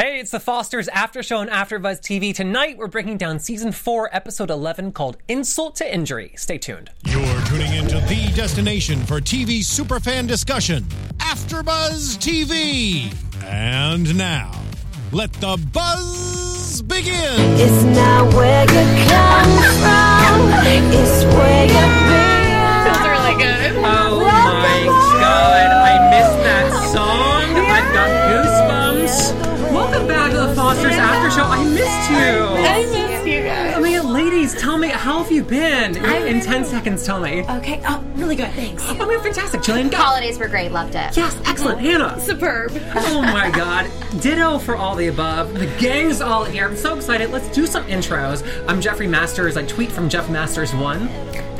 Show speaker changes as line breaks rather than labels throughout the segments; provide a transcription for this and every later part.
Hey, it's the Fosters After Show on AfterBuzz TV. Tonight, we're breaking down season four, episode eleven, called "Insult to Injury." Stay tuned.
You're tuning into the destination for TV superfan discussion, AfterBuzz TV. And now, let the buzz begin.
It's not where you come from, it's where you belong.
really good.
Oh my god, I missed that song. I've got goosebumps. Welcome back to the Fosters After Show. I missed you.
I miss you
I
guys.
mean, ladies, tell me how have you been?
I've
In
been-
ten seconds, tell me.
Okay. Oh, really good. Thanks.
Oh, we're fantastic, Jillian. Go.
Holidays were great. Loved it.
Yes, excellent, Hannah.
Superb.
Oh my god. Ditto for all the above. The gang's all here. I'm so excited. Let's do some intros. I'm Jeffrey Masters. I tweet from Jeff Masters1.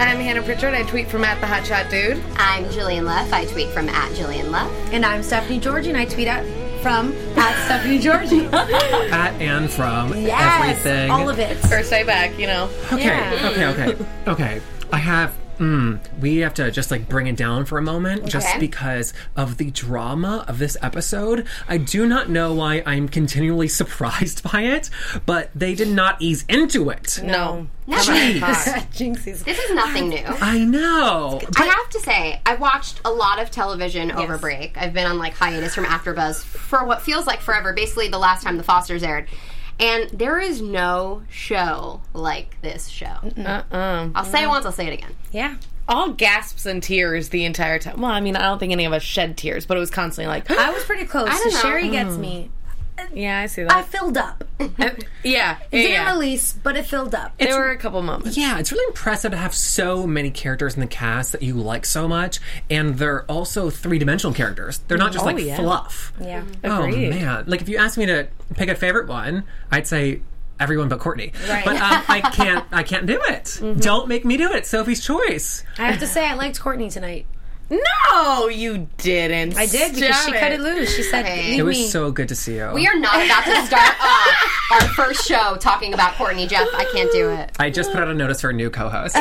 I'm Hannah Pritchard. I tweet from at the Hot Shot Dude.
I'm Jillian Luff. I tweet from at Jillian Luff.
And I'm Stephanie Georgie, and I tweet at from at Stephanie Georgie. yes,
At and from everything.
all of it.
First day back, you know.
Okay, okay, okay, okay. I have. Mm, we have to just like bring it down for a moment, just
Okay.
because of the drama of this episode. I do not know why I'm continually surprised by it, but they did not ease into it.
No.
Jeez,
Jinxies.
This is nothing new.
I know.
I have to say, I watched a lot of television over break. I've been on like hiatus from AfterBuzz for what feels like forever. Basically, the last time The Fosters aired, and there is no show like this show.
Uh-uh.
I'll say it once. I'll say it again.
Yeah.
All gasps and tears the entire time. Well, I mean, I don't think any of us shed tears, but it was constantly like,
I was pretty close.
don't know.
Sherry gets me.
yeah, I see
I
that.
filled up.
yeah. yeah,
Didn't
yeah.
release, but it filled up.
There were a couple moments.
Yeah, it's really impressive to have so many characters in the cast that you like so much, and they're also three dimensional characters. They're not just like
yeah.
fluff.
yeah.
Oh
Agreed.
man! Like if you asked me to pick a favorite one, I'd say everyone but Courtney. But um, I can't. I can't do it. Don't make me do it. Sophie's choice.
I have to say, I liked Courtney tonight.
No, you didn't.
I did because
Stop
she cut it loose. She said,
Hey.
"Leave
It was
me."
so good to see you.
We are not about to start off our first show talking about Courtney Jeff. I can't do it.
I just put out a notice for a new co-host.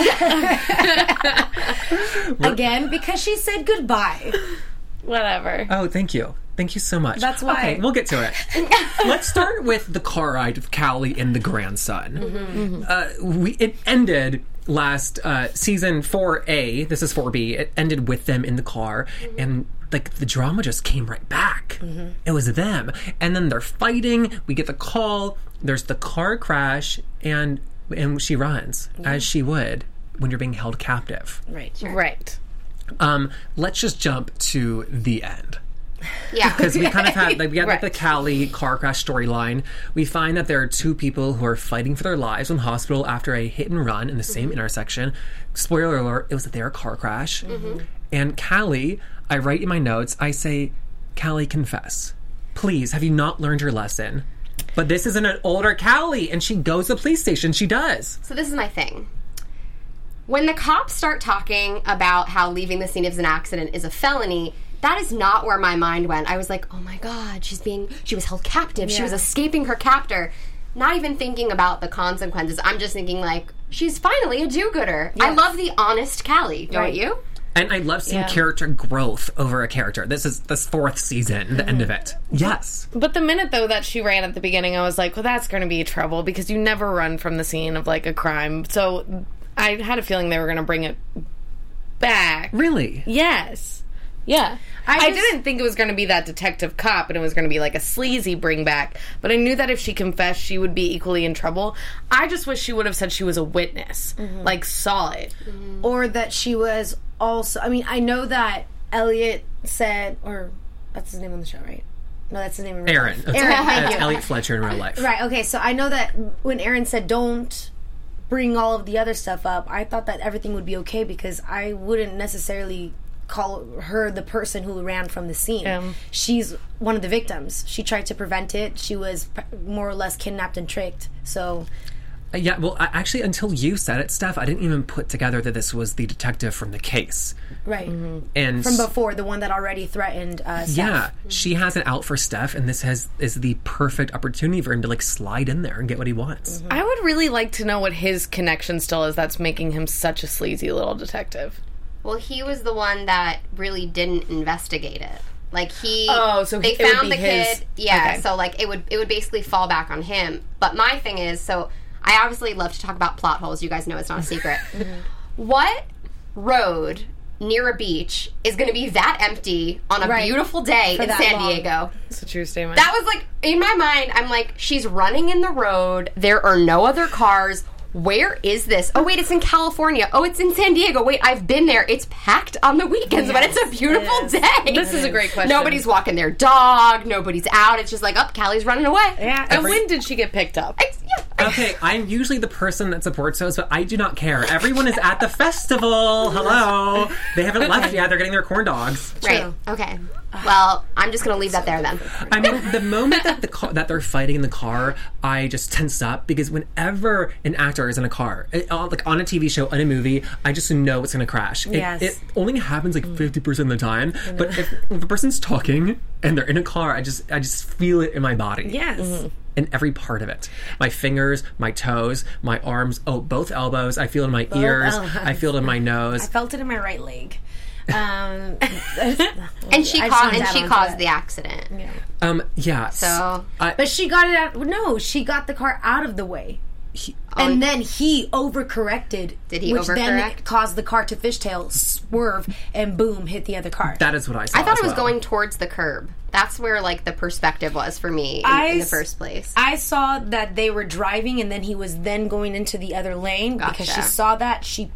Again, because she said goodbye.
Whatever.
oh, thank you. Thank you so much.
That's why.
Okay, we'll get to it. Let's start with the car ride of Cowley and the grandson.
Mm-hmm.
Uh, we it ended last uh, season four A. This is four B. It ended with them in the car
Mm-hmm.
and. Like the drama just came right back. It was them, and then they're fighting. We get the call. There's the car crash, and and she runs as she would when you're being held captive.
Right.
Um, let's just jump to the end
Yeah.
because we kind of had like we had like the Cali car crash storyline. We find that there are two people who are fighting for their lives in the hospital after a hit and run in the same intersection. Spoiler alert: it was their car crash. And Callie, I write in my notes, I say, Callie, confess, please. Have you not learned your lesson? But this isn't an older Callie, and she goes to the police station. She does.
So this is my thing. When the cops start talking about how leaving the scene of an accident is a felony, that is not where my mind went. I was like, "Oh my god, she's being she was held captive. She was escaping her captor." Not even thinking about the consequences. I'm just thinking like she's finally a do-gooder. I love the honest Callie, don't you?
And I love seeing character growth over a character. This is this fourth season, the end of it. Yes.
But the minute though that she ran at the beginning, I was like, well, that's going to be trouble because you never run from the scene of like a crime. So I had a feeling they were going to bring it back.
Really?
Yes. Yeah. I,
just-
didn't think it was going to be that detective cop and it was going to be like a sleazy bring back, but I knew that if she confessed, she would be equally in trouble. I just wish she would have said she was a witness, like saw it.
or that she was also. I mean, I know that Elliot said, or that's his name on the show, right? No, that's his name. In real
Aaron.
life. Aaron, thank
That's
you.
Elliot Fletcher in real life.
Right. Okay. So I know that when Aaron said don't bring all of the other stuff up, I thought that everything would be okay because I wouldn't necessarily call her the person who ran from the scene. She's one of the victims. She tried to prevent it. She was p- more or less kidnapped and tricked. So
Uh, Yeah, well, I, actually, until you said it, Steph, I didn't even put together that this was the detective from the case.
right
And
from Mm-hmm. before, the one that already threatened us.
yeah, she has it out for Steph, and this has is the perfect opportunity for him to like slide in there and get what he wants.
Mm-hmm.
I would really like to know what his connection still is that's making him such a sleazy little detective.
Well, he was the one that really didn't investigate it. Like he,
Oh, so
they
it would
found
be
the
his-
kid. Yeah,
okay.
so like it would it would basically fall back on him. But my thing is, so I obviously love to talk about plot holes. You guys know it's not a secret.
Mm-hmm.
What road near a beach is going to be that empty on a
Right.
beautiful day in
that
San
long.
Diego?
That's a true statement.
That was like in my mind. I'm like, she's running in the road. There are no other cars. Where is this? Oh wait, it's in California. Oh, it's in San Diego. Wait, I've been there. It's packed on the weekends, but it's a beautiful day.
This is a great question.
Nobody's walking their dog. Nobody's out. It's just like, up, oh, Callie's running away.
Yeah. And when did she get picked up?
It's- yeah.
Okay, I'm usually the person that supports those, but I do not care. Everyone is at the festival. Hello. They haven't left yet. They're getting their corn dogs.
Right. Okay. Well, I'm just gonna leave that there then.
I mean, the moment that the car, that they're fighting in the car, I just tense up because whenever an actor is in a car, it- on- like on a TV show, on a movie, I just know it's going to crash. It,
Yes.
it only happens like
Mm.
fifty percent of the time. But if, if a person's talking and they're in a car, I just I just feel it in my body.
Yes.
In every part of it, my fingers, my toes, my arms, oh, both elbows. I feel it in my ears. I feel it in my nose.
Felt it in my right leg. Um,
And she
I just
caused
wanted to
and
add
she
on to
caused
that.
the accident.
Um, yeah. s-
So-
I,
but she got it out. No, she got the car out of the way. and then he overcorrected.
um, Did he
which then
overcorrect?
caused the car to fishtail, swerve, and boom, hit the other car.
that is what I saw.
I thought
as
it was
well.
going towards the curb. That's where like the perspective was for me in,
I
in the
s-
first place.
I saw that they were driving, and then he was then going into the other lane because she
Gotcha.
saw that she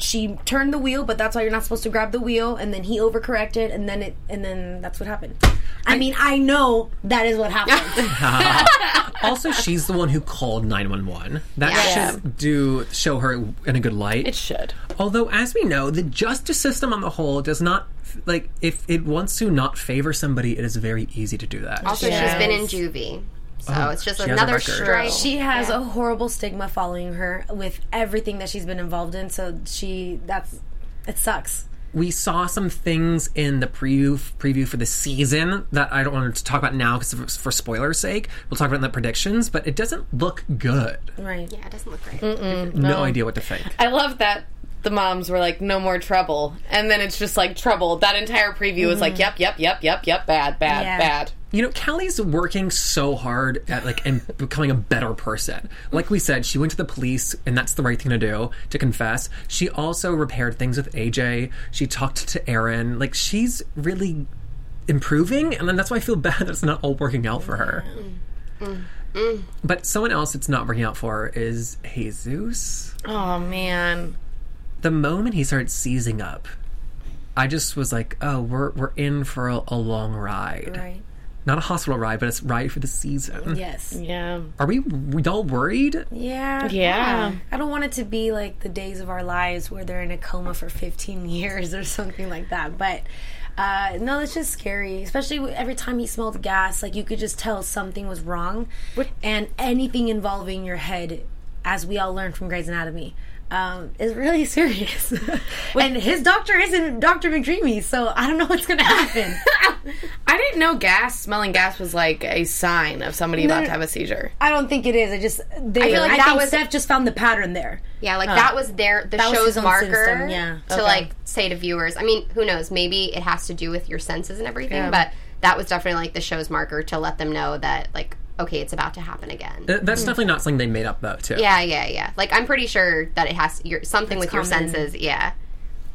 she turned the wheel, but that's why you're not supposed to grab the wheel. And then he overcorrected, and then it and then that's what happened. I, mean, I know that is what happened.
also, she's the one who called 911. That
Yeah.
should do show her in a good light.
It should.
Although, as we know, the justice system on the whole does not f- like if it wants to not favor somebody, it is very easy to do that.
Also, she's been in juvie, so it's just
Oh, she has a
another
record.
strike.
she has a horrible stigma following her with everything that she's been involved in. So she that's it sucks.
we saw some things in the preview preview for the season that I don't want to talk about now because for, for spoilers' sake, we'll talk about it in the predictions. But it doesn't look good.
Right.
yeah, it doesn't look great.
No, idea what to think.
I love that the moms were like, no more trouble. And then it's just like trouble. That entire preview was like, yep, yep, yep, yep, yep, bad, bad,
Yeah.
bad.
You know, Callie's working so hard at like and becoming a better person. Like we said, she went to the police, and that's the right thing to do to confess. She also repaired things with AJ. She talked to Aaron. Like she's really improving, and then that's why I feel bad that it's not all working out for her. But someone else it's not working out for is Jesus.
Oh, man.
The moment he started seizing up, I just was like, "Oh, we're we're in for a, a long ride.
Right.
Not a hospital ride, but it's ride for the season."
Yes.
Yeah.
Are we, we all worried?
Yeah.
Yeah.
I don't want it to be like the days of our lives where they're in a coma for 15 years or something like that. But uh, no, it's just scary. Especially with- every time he smelled gas, like you could just tell something was wrong. And anything involving your head, as we all learned from Grey's Anatomy, um, is really serious. and his doctor isn't Dr. McDreamy, so I don't know what's going to happen.
I didn't know gas, smelling gas was like a sign of somebody about to have a seizure.
I don't think it is. I just, they, I
feel like that
think
was-
Steph just found the pattern there.
Yeah, like that was their the
was
show's
his own
marker
system, yeah.
to
Okay.
like say to viewers. I mean, who knows? Maybe it has to do with your senses and everything, but that was definitely like the show's marker to let them know that like okay, it's about to happen again.
Th- That's definitely not something they made up, though, too.
yeah, yeah, yeah. Like I'm pretty sure that it has your something with your
common.
senses. Yeah.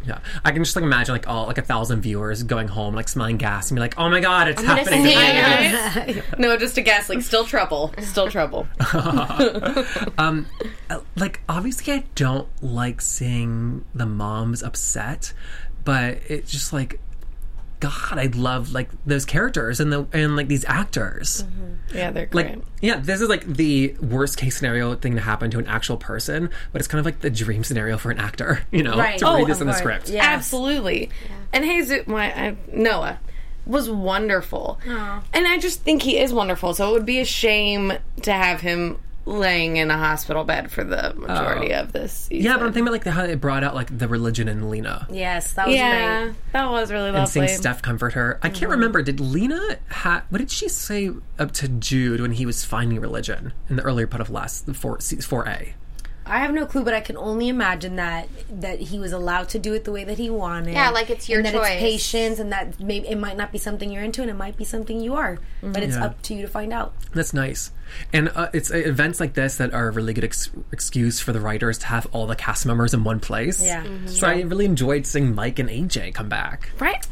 Yeah. I can just like imagine like all like a thousand viewers going home like smelling gas and be like, oh my god, it's happening. again."
no, just a gas, like still trouble. Still trouble.
Uh, like obviously, I don't like seeing the moms upset, but it's just like, God, I love like those characters and the and like these actors.
Mm-hmm.
Yeah, they're great.
Like, yeah, this is like the worst case scenario thing to happen to an actual person, but it's kind of like the dream scenario for an actor, you know,
Right.
to read
Oh,
this in the
right.
script.
Yeah.
Absolutely. And Jesus, my I, Noah was wonderful. And I just think he is wonderful. So it would be a shame to have him laying in a hospital bed for the majority of this season.
Oh. Yeah, but I'm thinking about like the, how they brought out like the religion in Lena.
Yes, that was
Yeah,
great.
that was really
and seeing
lovely.
Steph comfort her. I can't remember. Did Lena ha- what did she say up to Jude when he was finding religion in the earlier part of last the four four A?
I have no clue, but I can only imagine that that he was allowed to do it the way that he wanted.
Yeah, like it's your
and that
choice.
It's patience, and that maybe it might not be something you're into, and it might be something you are. But it's
Yeah.
up to you to find out.
That's nice. And uh, it's uh, events like this that are a really good ex- excuse for the writers to have all the cast members in one place.
Yeah. Mhm.
So I really enjoyed seeing Mike and AJ come back.
Right.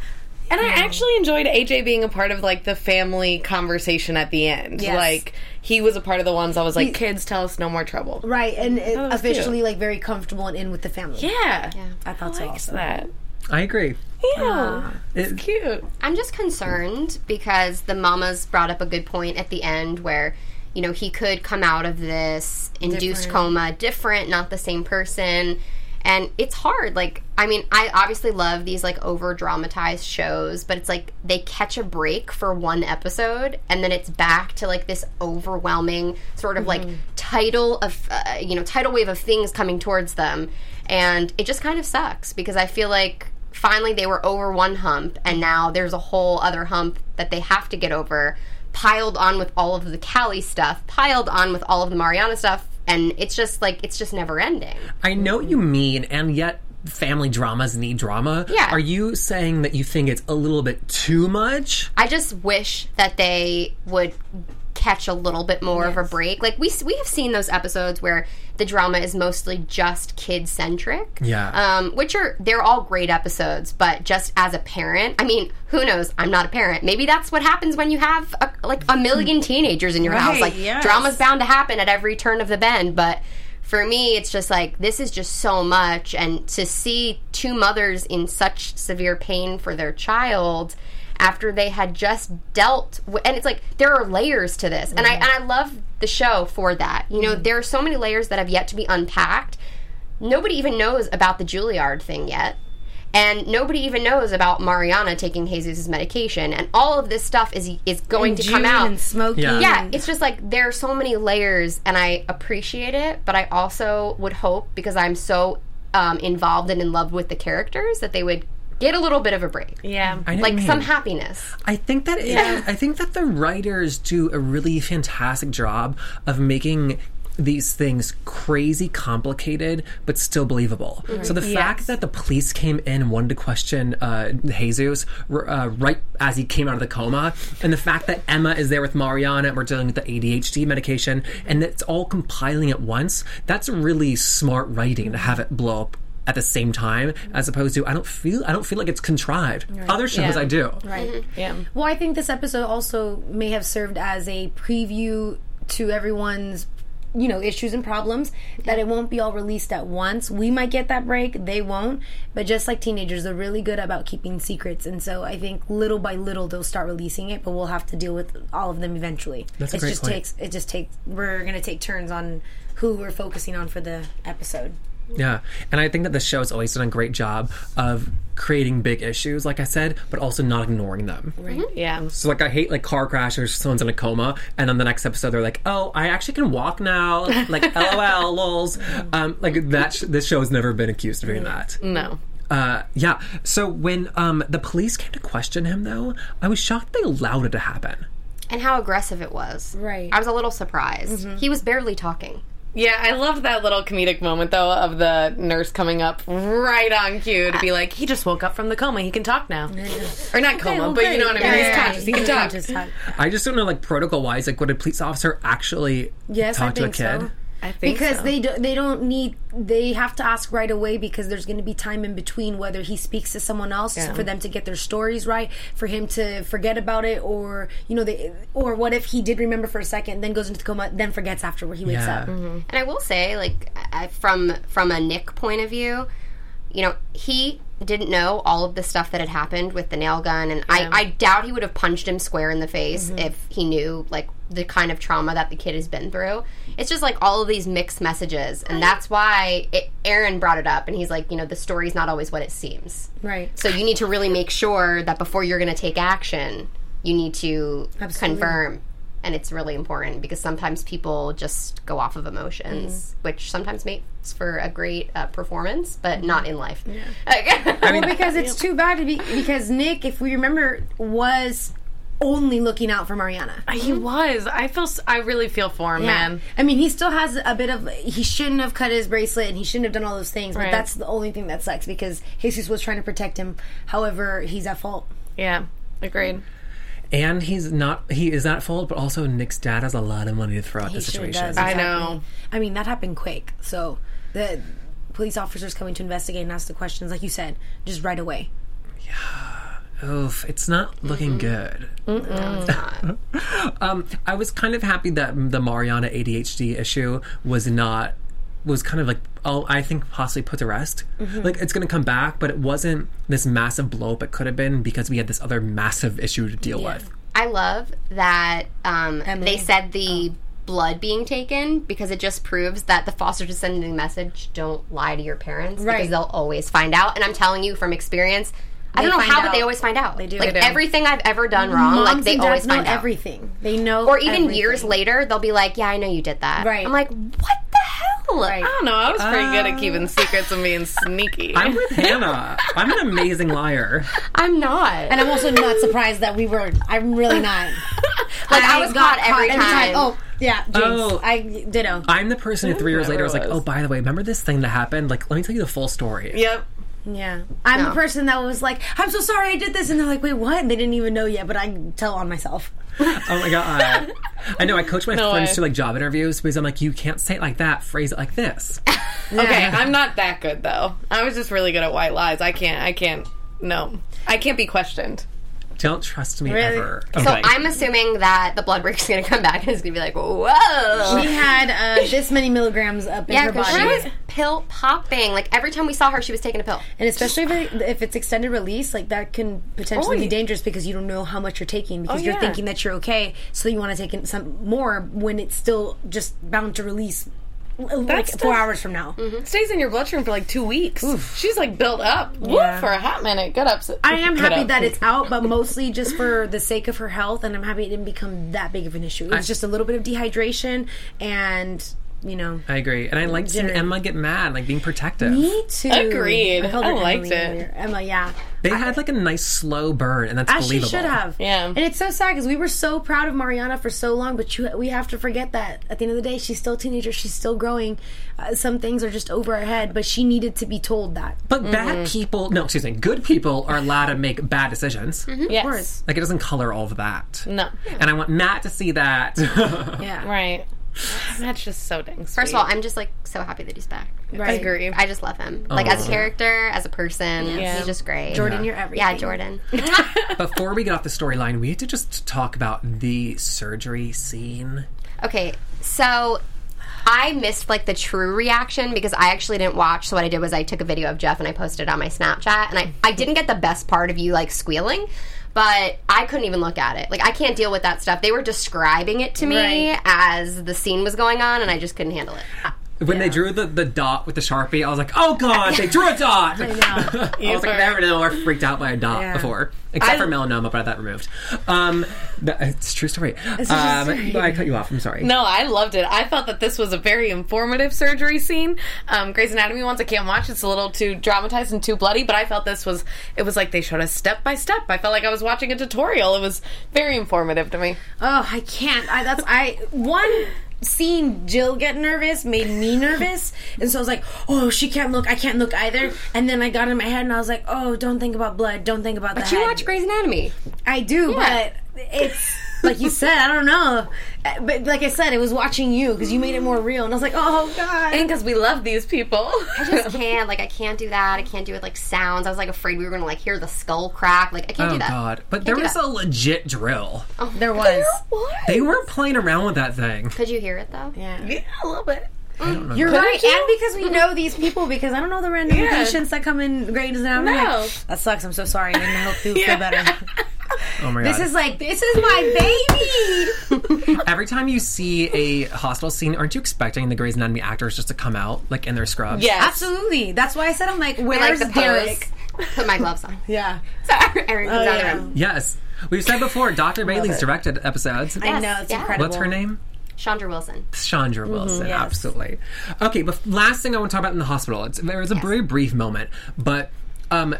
And I actually enjoyed AJ being a part of like the family conversation at the end.
Yes.
Like he was a part of the ones I was like, kids tell us no more trouble.
Right, and it,
was
officially like very comfortable and in with the family.
Yeah.
I thought so.
Likes
also.
that.
I agree.
Yeah.
It-
Cute.
I'm just concerned because the mamas brought up a good point at the end where, you know, he could come out of this induced coma different, not the same person. And it's hard. Like, I mean, I obviously love these like over dramatized shows, but it's like they catch a break for one episode and then it's back to like this overwhelming sort of like tidal of, uh, you know, tidal wave of things coming towards them. And it just kind of sucks because I feel like finally they were over one hump and now there's a whole other hump that they have to get over piled on with all of the Cali stuff piled on with all of the Mariana stuff and it's just like it's just never ending
I know what you mean, and yet family dramas need drama.
Yeah.
Are you saying that you think it's a little bit too much?
I just wish that they would catch a little bit more of a break like we s- we have seen those episodes where the drama is mostly just kid centric
Yeah.
um, which are they're all great episodes but just as a parent i mean who knows i'm not a parent maybe that's what happens when you have a, like a million teenagers in your house
Hmm. Right,
like
yes.
drama's bound to happen at every turn of the bend but for me it's just like this is just so much and to see two mothers in such severe pain for their child after they had just dealt with and it's like there are layers to this and i and i love the show for that you
Hmm.
know there are so many layers that have yet to be unpacked nobody even knows about the Juilliard thing yet. And nobody even knows about Mariana taking Jesus' medication. And all of this stuff is is going to come
June
out.
and smoking.
Yeah.
yeah, it's just like there are so many layers, and I appreciate it, but I also would hope because I'm so um, involved and in love with the characters that they would get a little bit of a break,
Yeah.
I know what you
like
mean.
some happiness.
I think that it- I think that the writers do a really fantastic job of making these things crazy complicated but still believable. So the fact that the police came in and wanted to question uh, Jesus r- uh, right as he came out of the coma, and the fact that Emma is there with Mariana and we're dealing with the ADHD medication, and it's all compiling at once, that's really smart writing to have it blow up at the same time as opposed to I don't feel I don't feel like it's contrived. Other shows I do.
Right.
Yeah.
Well, I think this episode also may have served as a preview to everyone's, you know, issues and problems. That it won't be all released at once. We might get that break. They won't. But just like teenagers, they're really good about keeping secrets, and so I think little by little they'll start releasing it. But we'll have to deal with all of them eventually.
That's a
it
great
just
point.
takes. It just takes. We're gonna take turns on who we're focusing on for the episode.
Yeah. And I think that the show has always done a great job of creating big issues, like I said, but also not ignoring them.
Mm-hmm.
Yeah.
So like I hate like car crashes, someone's in a coma, and then the next episode they're like, Oh, I actually can walk now. Like LOL lols. Um like that sh- this show has never been accused of doing that.
No.
Uh, yeah. So when um, the police came to question him, though, I was shocked they allowed it to happen.
And how aggressive it was.
Right. Mm-hmm.
I was a little surprised. He was barely talking.
Yeah, I loved that little comedic moment though of the nurse coming up right on cue to be like, he just woke up from the coma, he can talk now. or not coma,
well,
but you know what I
great.
mean.
Yeah,
He's
yeah,
conscious, he
yeah.
can talk.
Just talk.
I just don't know, like protocol wise, like would a police officer actually
Yes,
talk
I
to a
think
kid?
so.
I think
because
so.
they do, they don't need they have to ask right away because there's going to be time in between whether he speaks to someone else for them to get their stories right for him to forget about it or you know they or what if he did remember for a second then goes into the coma then forgets after where he wakes
Yeah.
up
Mm.
And I will say, like I, from from a Nick point of view, you know, he didn't know all of the stuff that had happened with the nail gun, and I, I doubt he would have punched him square in the face if he knew like the kind of trauma that the kid has been through. It's just like all of these mixed messages, and that's why it, Aaron brought it up, and he's like, you know, the story's not always what it seems.
right
So you need to really make sure that before you're going to take action, you need to confirm. And it's really important because sometimes people just go off of emotions, which sometimes makes for a great uh, performance, but not in life. Okay.
well because it's too bad to be, because Nick if we remember was only looking out for Mariana.
He was. I feel. s- I really feel for him,
Mm-hmm. Yeah.
man.
I mean, he still has a bit of. He shouldn't have cut his bracelet, and he shouldn't have done all those things. But
Right.
that's the only thing that sucks because Jesus was trying to protect him. However, he's at fault.
Yeah, agreed.
And he's not he is at fault, but also Nick's dad has a lot of money to throw at the
sure
situation.
does.
I know.
I mean, that happened quick. So the police officers coming to investigate and ask the questions, like you said, just right away.
Oof, it's not looking good. um, I was kind of happy that the Mariana ADHD issue was not was kind of like oh I think possibly put to rest.
Mm-hmm.
Like it's going to come back, but it wasn't this massive blow up it could have been because we had this other massive issue to deal with.
I love that um, they said
Oh.
the blood being taken because it just proves that the foster descending message don't lie to your parents
Right.
because they'll always find out. And I'm telling you from experience, I don't know
find
how, but they
out.
always find out. They
do.
Like
They do.
everything I've ever done wrong, like
Moms
they
and dads
always
know
find out.
everything. They know,
or even years
everything.
later, they'll be like, "Yeah, I know you did that."
Right.
I'm like, "What the hell?"
Right.
I don't know. I was pretty good
Uh.
at keeping secrets and being sneaky.
I'm with Hannah. I'm an amazing liar.
I'm not. And
And I'm also not surprised that we were. I'm really not.
like, I, was caught, every, time.
Oh, yeah, Jinx.
Oh.
I ditto.
I'm the person who three years later was like,
was.
oh, by the way, remember this thing that happened? Like, let me tell you the full story.
Yep.
Yeah, I'm the person that was like, "I'm so sorry, I did this," and they're like, "Wait, what?" They didn't even know yet, but I tell on myself.
Oh my god. I know I coach my friends
way.
to like job interviews because I'm like, you can't say it like that, phrase it like this.
Okay, I'm not that good though. I was just really good at white lies. I can't. I can't. No, I can't be questioned.
Don't trust me ever. Okay.
So I'm assuming that the blood work's going to come back and it's going to be like, "Whoa."
She had uh, this many milligrams up in
Yeah,
her
because
body,
she was pill popping. Like every time we saw her, she was taking a pill.
and especially if, it, if it's extended release, like that can potentially
Oh,
be dangerous because you don't know how much you're taking because you're
yeah.
thinking that you're okay, so you want to take in some more when it's still just bound to release. Like
stuff-
four hours from now.
It Mm-hmm. stays in your bloodstream for like two weeks. She's like built up Woo, for a hot minute. Good ups.
I am happy that it's out, but mostly just for the sake of her health, and I'm happy it didn't become that big of an issue. It was just a little bit of dehydration, and you know,
I agree. And I like seeing Emma get mad, like being protective.
me too.
Agreed.
held
I
her
liked
Emily
it.
earlier. Emma, yeah,
They had like a nice slow burn, and that's
as she
believable.
should have.
Yeah.
and it's so sad because we were so proud of Mariana for so long, but you, we have to forget that at the end of the day, she's still a teenager. She's still growing. Uh, some things are just over her head, but she needed to be told that.
But
Mm-hmm.
bad people, no, excuse me, good people are allowed to make bad decisions.
Mm-hmm.
yes.
Like, it doesn't color all of that.
No.
And I want Matt to see that.
Yeah,
Right. That's just so dang. Sweet.
First of all, I'm just like so happy that he's back.
right.
agree.
I just love him. Like as a character, as a person, he's just great.
Jordan, you're everything.
Yeah, Jordan.
Before we get off the storyline, we need to just talk about the surgery scene.
Okay, so I missed like the true reaction because I actually didn't watch. So what I did was I took a video of Jeff and I posted it on my Snapchat, and I I didn't get the best part of you like squealing. But I couldn't even look at it. Like I can't deal with that stuff. They were describing it to me as the scene was going on, and I just couldn't handle it.
When they drew the, the dot with the sharpie, I was like, "Oh God, they drew a dot!" I, was like, "Never know." Or freaked out by a dot before, except for melanoma, but I had that removed. Um, that, it's a true story. um, I cut you off. I'm sorry.
No, I loved it. I thought that this was a very informative surgery scene. Um, Grey's Anatomy ones I can't watch; it's a little too dramatized and too bloody. But I felt this was it was like they showed us step by step. I felt like I was watching a tutorial. It was very informative to me.
Oh, I can't. I that's I one seeing Jill get nervous made me nervous, and so I was like, "Oh, she can't look. I can't look either." And then I got in my head, and I was like, "Oh, don't think about blood. Don't think about that."
Did you watch Grey's Anatomy?
I do,
Yeah.
but it's like you said. I don't know, Uh, but like I said, it was watching you because you made it more real, and I was like, "Oh God."
And because we love these people,
I just can't. Like I can't do that. I can't do it like sounds. I was like afraid we were gonna like hear the skull crack. Like I Oh. can't
Oh
do that.
God! But there
do
was
that.
a legit drill.
there was.
They weren't playing around with that thing.
Could you hear it though? Yeah.
yeah, a little bit.
You're right, and because we know these people, because I don't know the random
Yeah.
patients that come in grades and I'm like,
No.
that sucks. I'm so sorry. I didn't help you feel better.
Oh my God!
This is like, this is my baby.
Every time you see a hospital scene, aren't you expecting the Grey's Anatomy actors just to come out like in their scrubs?
Yes,
Absolutely. That's why I said I'm like,
Like
where's
the pose.
Derek?
Put my gloves on.
Yeah. Oh,
So Erin comes out of the
yeah.
room.
Yes. We've said before, Dr. Bailey's directed episodes.
I know it's
yeah.
incredible.
What's her name?
Chandra Wilson.
Chandra
Mm-hmm,
Wilson, absolutely. Okay, but last thing I want to talk about in the hospital. It's, there was a very brief moment, but um,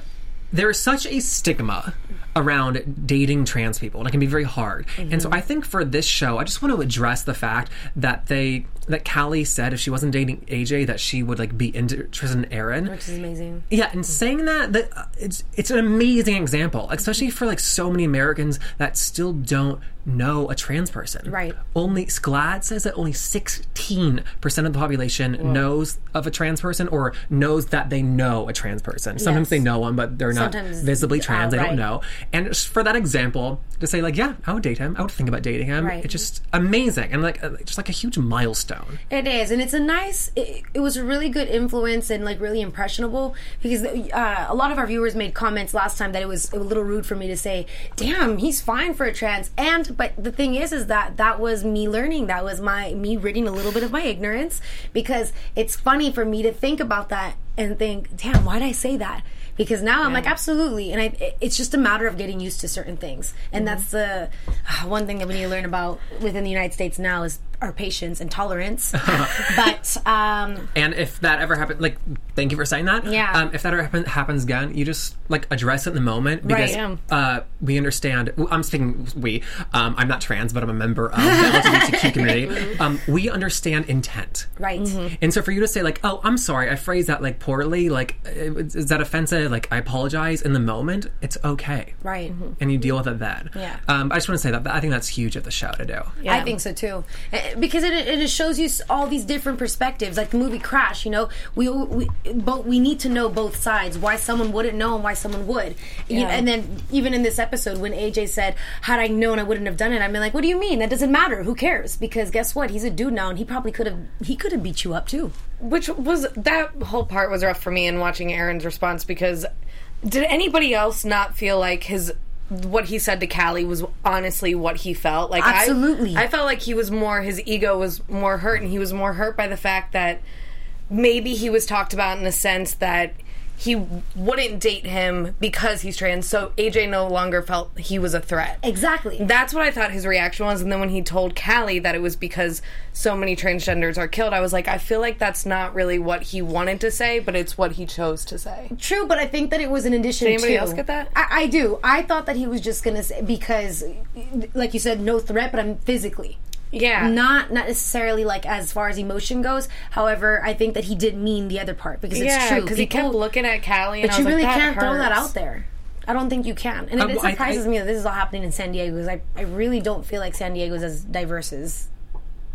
there's such a stigma around dating trans people and it can be very hard and so
Mm-hmm.
i think for this show i just want to address the fact that they that callie said if she wasn't dating aj that she would like be into- interested in aaron
Which is amazing.
yeah, and saying that, that uh, it's it's an amazing example, especially for like so many Americans that still don't know a trans person.
Right.
Only Sclad says that only sixteen percent of the population knows of a trans person or knows that they know a trans person. Sometimes
Yes.
they know one, but they're not
Sometimes-
visibly
uh,
trans. They
right.
don't know. And just for that example, to say like, yeah, I would date him. I would think about dating him.
Right.
It's just amazing and like uh, just like a huge milestone.
It is, and it's a nice. It, it was a really good influence and like really impressionable because uh, a lot of our viewers made comments last time that it was a little rude for me to say, "Damn, he's fine for a trans." And but the thing is, is that that was me learning. That was my me ridding a little bit of my ignorance because it's funny for me to think about that and think, "Damn, why'd I say that?" Because now I'm like, absolutely, and I, it- it's just a matter of getting used to certain things, and that's the uh, one thing that we need to learn about within the United States now is our patience and tolerance. but um,
And if that ever happens, like, thank you for saying that.
Yeah.
Um, if that ever happen, happens again, you just like address it in the moment because
yeah.
uh, we understand. w- I'm speaking we. Um, I'm not trans, but I'm a member of the LGBTQ community. Um, we understand intent.
right, Mm-hmm.
And so for you to say like, "Oh, I'm sorry, I phrased that like poorly. Like, uh, is is that offensive? Like, I apologize." In the moment, it's okay,
right. Mm-hmm.
and you deal with it then.
Yeah.
Um, I just want to say that I think that's huge at the show to do.
I think so too, Eh, because it, it just shows you s- all these different perspectives. Like the movie Crash, you know, we we but we need to know both sides. Why someone wouldn't know and why someone would. You- and then even in this episode, when AJ said, "Had I known, I wouldn't have done it," I'm like, "What do you mean? That doesn't matter. Who cares? Because guess what? He's a dude now, and he probably could have he could have beat you up too."
Which was that whole part was rough for me in watching Aaron's response because did anybody else not feel like his what he said to Callie was honestly what he felt like? I-
Absolutely.
I, felt like he was more his ego was more hurt, and he was more hurt by the fact that maybe he was talked about in the sense that he wouldn't date him because he's trans. So AJ no longer felt he was a threat.
Exactly.
That's what I thought his reaction was. And then when he told Callie that it was because so many transgenders are killed, I was like, I feel like that's not really what he wanted to say, but it's what he chose to say.
True, but I think that it was an addition. Did
anybody else get that?
I, I do. I thought that he was just gonna say because, like you said, no threat, but I'm physically
Yeah.
not not necessarily like as far as emotion goes. However, I think that he did mean the other part because it's true
because he
People-
kept looking at Callie, and
But
I
you
was
really
like,
can't throw that
hurts."
out there. I don't think you can, and it,
Um,
it
I- I-
surprises me that this is all happening in San Diego because I, I really don't feel like San Diego's as diverse as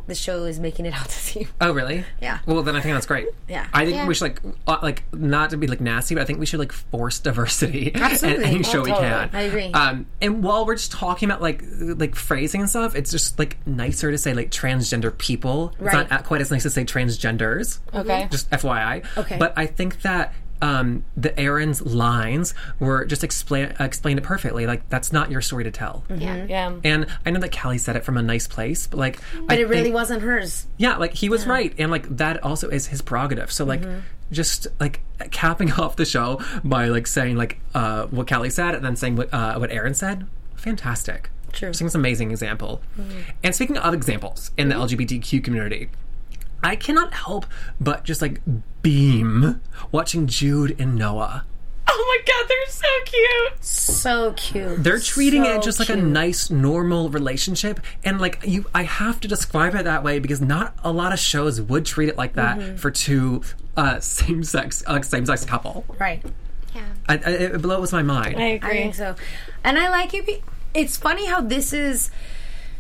the show is making it out to seem.
Oh, really?
Yeah.
Well, then I think that's great.
Yeah.
I think we should like, uh, like, not to be like nasty, but I think we should like force diversity.
Absolutely.
in any
Oh,
show we can.
I agree.
Um, and while we're just talking about like, like phrasing and stuff, it's just like nicer to say like transgender people.
Right.
It's not quite as nice to say transgenders.
Okay.
Just FYI.
Mm-hmm. Okay.
But I think that. Um, the Aaron's lines were just explain explained it perfectly. Like that's not your story to tell.
Mm-hmm.
Yeah.
And I know that Callie said it from a nice place, but like,
But it really wasn't hers.
yeah, Mm-hmm. like he was right, and like that also is his prerogative. So like, just like capping off the show by like saying like uh, what Kelly said, and then saying what uh, what Aaron said. Fantastic. True. Mm-hmm. I think it's an amazing example. And speaking of examples in the LGBTQ community, I cannot help but just like beam watching Jude and Noah.
Oh my God, they're so cute.
So cute.
They're treating
So
it just like a
cute.
nice, normal relationship, and like you, I have to describe it that way because not a lot of shows would treat it like that
Mm-hmm.
for two uh, same-sex, uh, same-sex couple.
right.
I, I, it blows my mind.
I think so. And I like it. be- It's funny how this is.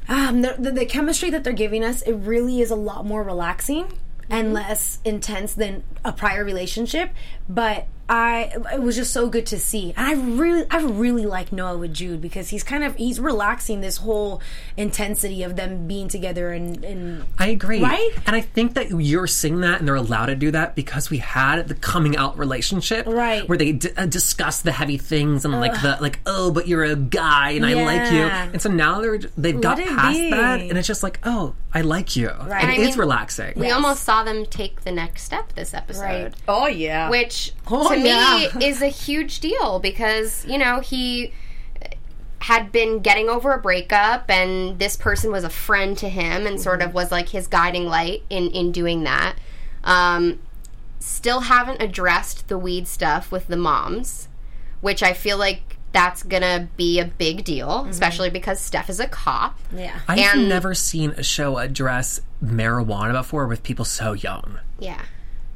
Um, the, the, the chemistry that they're giving us, it really is a lot more relaxing and less intense than a prior relationship. But I, it was just so good to see. And I really, I really like Noah with Jude because he's kind of he's relaxing this whole intensity of them being together and, and
I agree,
Right?
And I think that you're seeing that, and they're allowed to do that because we had the coming out relationship,
Right.
Where they d- uh, discuss the heavy things and like the like, oh, but you're a guy, and I like you,
Yeah.
and so now they're they've got
it
past
be.
that, and it's just like, oh, I like you, right.
And
and
I
it's
mean,
relaxing.
We almost saw them take the next step this episode.
Oh, yeah.
which
Oh,
to
yeah.
me is a huge deal because you know he had been getting over a breakup and this person was a friend to him and sort of
Mm-hmm.
was like his guiding light in in doing that um still haven't addressed the weed stuff with the moms which I feel like that's gonna be a big deal, especially because Steph is a cop.
Mm-hmm. Yeah.
I've
And-
never seen a show address marijuana before with people so young.
Yeah.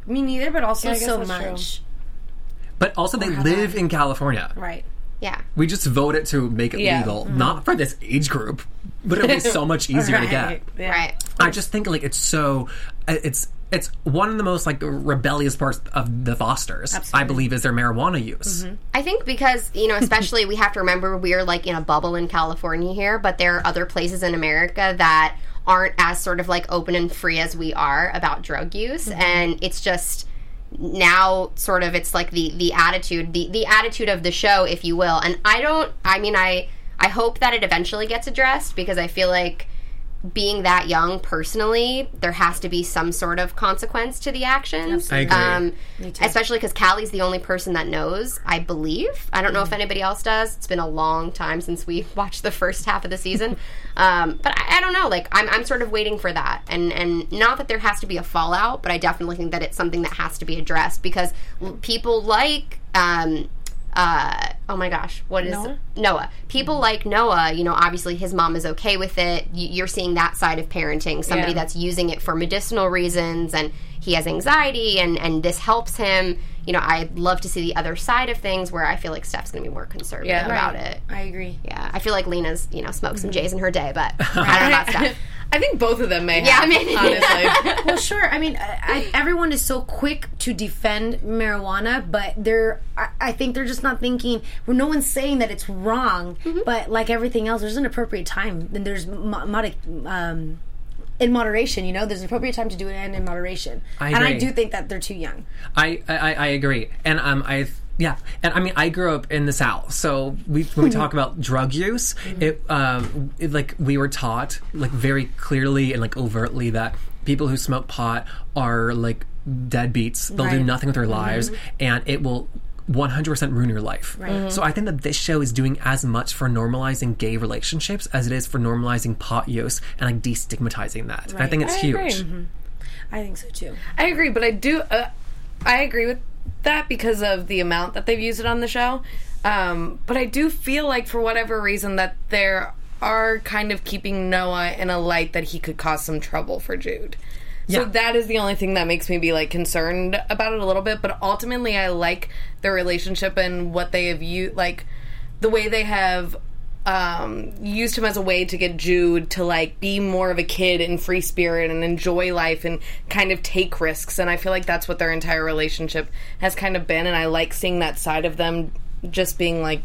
Me neither, but also
I guess
so
that's true.
much.
But also, they live in California.
Right.
Yeah.
We just voted to make it
Yeah.
legal, not for this age group, but it'll be so much easier to get.
Yeah.
Right.
I just think like it's so uh, it's it's one of the most like rebellious parts of the Fosters. I believe is their marijuana use.
I think because, you know, especially we have to remember we're like in a bubble in California here, but there are other places in America that aren't as sort of like open and free as we are about drug use. And it's just now sort of it's like the the attitude the the attitude of the show if you will and i don't i mean i i hope that it eventually gets addressed because i feel like being that young personally there has to be some sort of consequence to the actions
I agree.
um, especially because Callie's the only person that knows, I believe. I don't know if anybody else does. It's been a long time since we watched the first half of the season. um, but I, I don't know. Like, I'm, I'm sort of waiting for that. And, and not that there has to be a fallout, but I definitely think that it's something that has to be addressed because l- people like. Um, uh, oh my gosh, what is Noah? People like Noah, you know, obviously his mom is okay with it. Y- You're seeing that side of parenting, somebody
Yeah.
that's using it for medicinal reasons and he has anxiety and, and this helps him. You know, I love to see the other side of things where I feel like Steph's going to be more conservative
Yeah. Mm-hmm.
about it.
I agree.
Yeah. I feel like Lena's, you know, smoked some J's in her day, but I don't know about Steph.
I think both of them may.
Yeah,
have,
I mean-
honestly.
Well, sure. I mean, I, I, everyone is so quick to defend marijuana, but they're. I, I think they're just not thinking. Well, no one's saying that it's wrong, but like everything else, there's an appropriate time. Then there's mo- mod- um, in moderation. You know, there's an appropriate time to do it, and in moderation.
I
And I
agree.
do think that they're too young.
I, I I agree, and um I yeah, and I mean I grew up in the South, so we when we talk about drug use, it um it, like we were taught like very clearly and like overtly that people who smoke pot are like deadbeats. They'll do
Right.
nothing with their lives, and it will. 100% ruin your life. So I think that this show is doing as much for normalizing gay relationships as it is for normalizing pot use and like destigmatizing that. And I think it's huge.
agree.
I think so too.
I agree, but I do. Uh, I agree with that because of the amount that they've used it on the show. Um, but I do feel like, for whatever reason, that there are kind of keeping Noah in a light that he could cause some trouble for Jude. So
Yeah.
that is the only thing that makes me be like concerned about it a little bit. But ultimately, I like their relationship and what they have used, like the way they have um, used him as a way to get Jude to like be more of a kid and free spirit and enjoy life and kind of take risks. And I feel like that's what their entire relationship has kind of been. And I like seeing that side of them just being like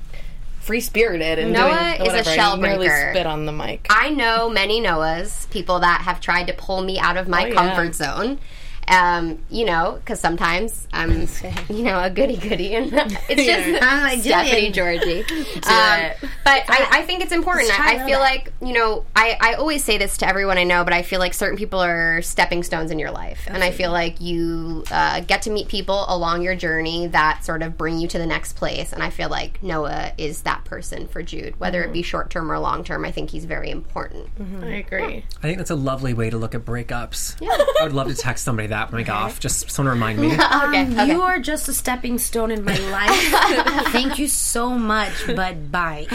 free spirited and
Noah is a
doing whatever.
shell
I nearly
breaker.
spit on the mic.
I know many Noahs, people that have tried to pull me out of my
Oh, yeah.
comfort zone. Um, you know, because sometimes I'm, you know, a goody goody, and it's just
I'm like,
Stephanie
Jillian.
Georgie. Um, but I, I think it's important.
Just try
I, I
to
feel
know that.
like you know, I, I always say this to everyone I know, but I feel like certain people are stepping stones in your life, and I feel like you uh, get to meet people along your journey that sort of bring you to the next place. And I feel like Noah is that person for Jude, whether it be short term or long term. I think he's very important.
I agree.
I think that's a lovely way to look at breakups. I would love to text somebody that when I get off. Just someone remind me.
Okay, okay.
Um, You are just a stepping stone in my life. Thank you so much, but bye.